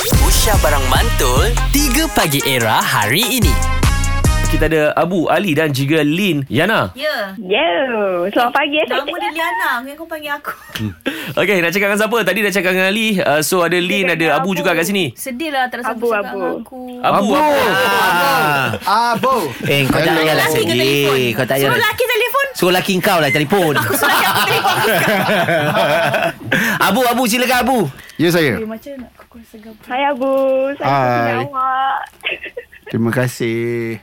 Aisyah Barang Mantul 3 Pagi Era hari ini Kita ada Abu, Ali dan juga Lin Yana Ya. Yo, selamat pagi eh. Nama dia Liana. Kau panggil aku. Okay, nak cakap dengan siapa? Tadi dah cakap dengan Ali uh, So ada Lin, cakap ada dengan Abu Abu. juga kat sini Sedih lah tak ada siapa Abu, cakap Abu. dengan aku. Abu, Abu. Abo. Ah. Eh kau tak payahlah Lelaki ke telefon? sedih Kau tak Suruh payahlah lelaki telefon. Suruh laki kau lah telefon Aku suruh lelaki aku telefon. Abu Abu silakan Abu Ya saya. Eh, Macam nak aku rasa gabut. Hai Abu, saya Hai. Hai. awak. Terima kasih.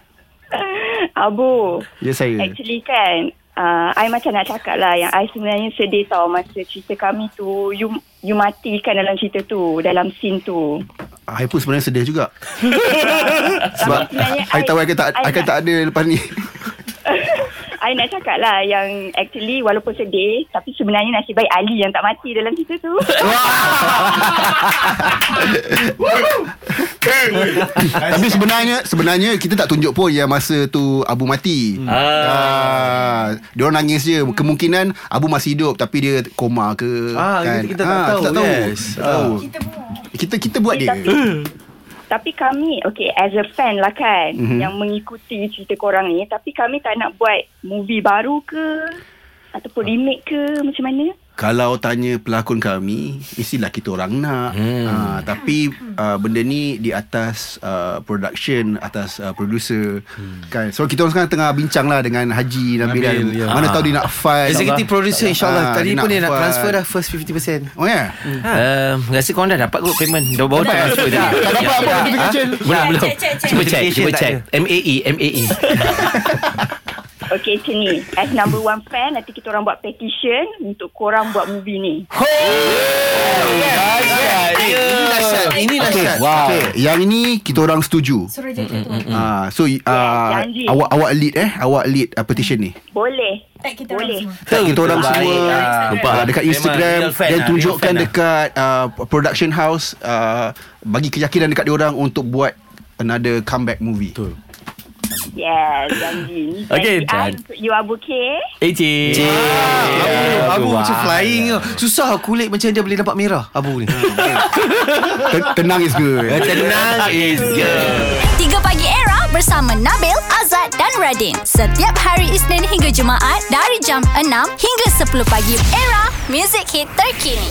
Abu, Ya saya. actually kan, uh, I macam nak cakap lah yang I sebenarnya sedih tau masa cerita kami tu, you, you mati kan dalam cerita tu, dalam scene tu. I pun sebenarnya sedih juga. Sebab sebenarnya I tahu akan tak I akan nak- tak ada lepas ni. I nak cakap lah yang actually walaupun sedih, tapi sebenarnya nasib baik Ali yang tak mati dalam cerita tu. Tapi sebenarnya sebenarnya kita tak tunjuk pun yang masa tu Abu mati. Hmm. Ah. Dia orang nangis je. Hmm. Kemungkinan Abu masih hidup tapi dia koma ke Ah, kan? kita- kita tak tahu, Kita tak tahu. yes. Ah. Kita, tak tahu. Kita pun. kita kita buat dia. Eh, Tapi, tapi kami okay as a fan lah kan mm-hmm. yang mengikuti cerita korang ni tapi kami tak nak buat movie baru ke ataupun remake ke macam mana? Kalau tanya pelakon kami, mestilah kita orang nak. Hmm. Uh, tapi uh, benda ni di atas uh, production, atas uh, producer. Hmm. Kan. So kita orang sekarang tengah bincang lah dengan Haji Nabil. Ah. Nabil dan, ya. Mana tahu dia nak fight. Executive producer Ah, insyaAllah Tadi dia pun nak dia nak buat. transfer dah First 50% Oh ya. Uh, rasa korang dah dapat kot payment Dah baru transfer dah Tak Ya, dapat apa Kita kecil Belum belum Check, check, check. Cuba check Cuba Notification check tak Eh, E, MAE MAE Okay macam ni as number one fan nanti kita orang buat petition untuk korang buat movie ni. Ini lah Okay. syarat Wow. okay. Yang ini kita orang setuju. Suruh je tu. Ah, so uh, janji. awak awak lead eh, awak lead uh, petition ni. Boleh. Tag kita orang Boleh. semua. Tak, kita orang Baik. Ah, semua nampak lah nampak. dekat Memang Instagram real fan dan lah, tunjukkan real fan lah. dekat uh, production house uh, bagi keyakinan dekat diorang untuk buat another comeback movie. Betul. Yes, janji. Ni Okay, janji Jan. I untuk you Abu K. Eji Abu macam flying tau. Susah kulit macam dia boleh dapat merah Abu ni Tenang is good. Tenang is good 3 Pagi Era bersama Nabil, Azad dan Radin. Setiap hari Isnin hingga Jumaat dari jam 6 hingga 10 pagi. Era, music hit terkini.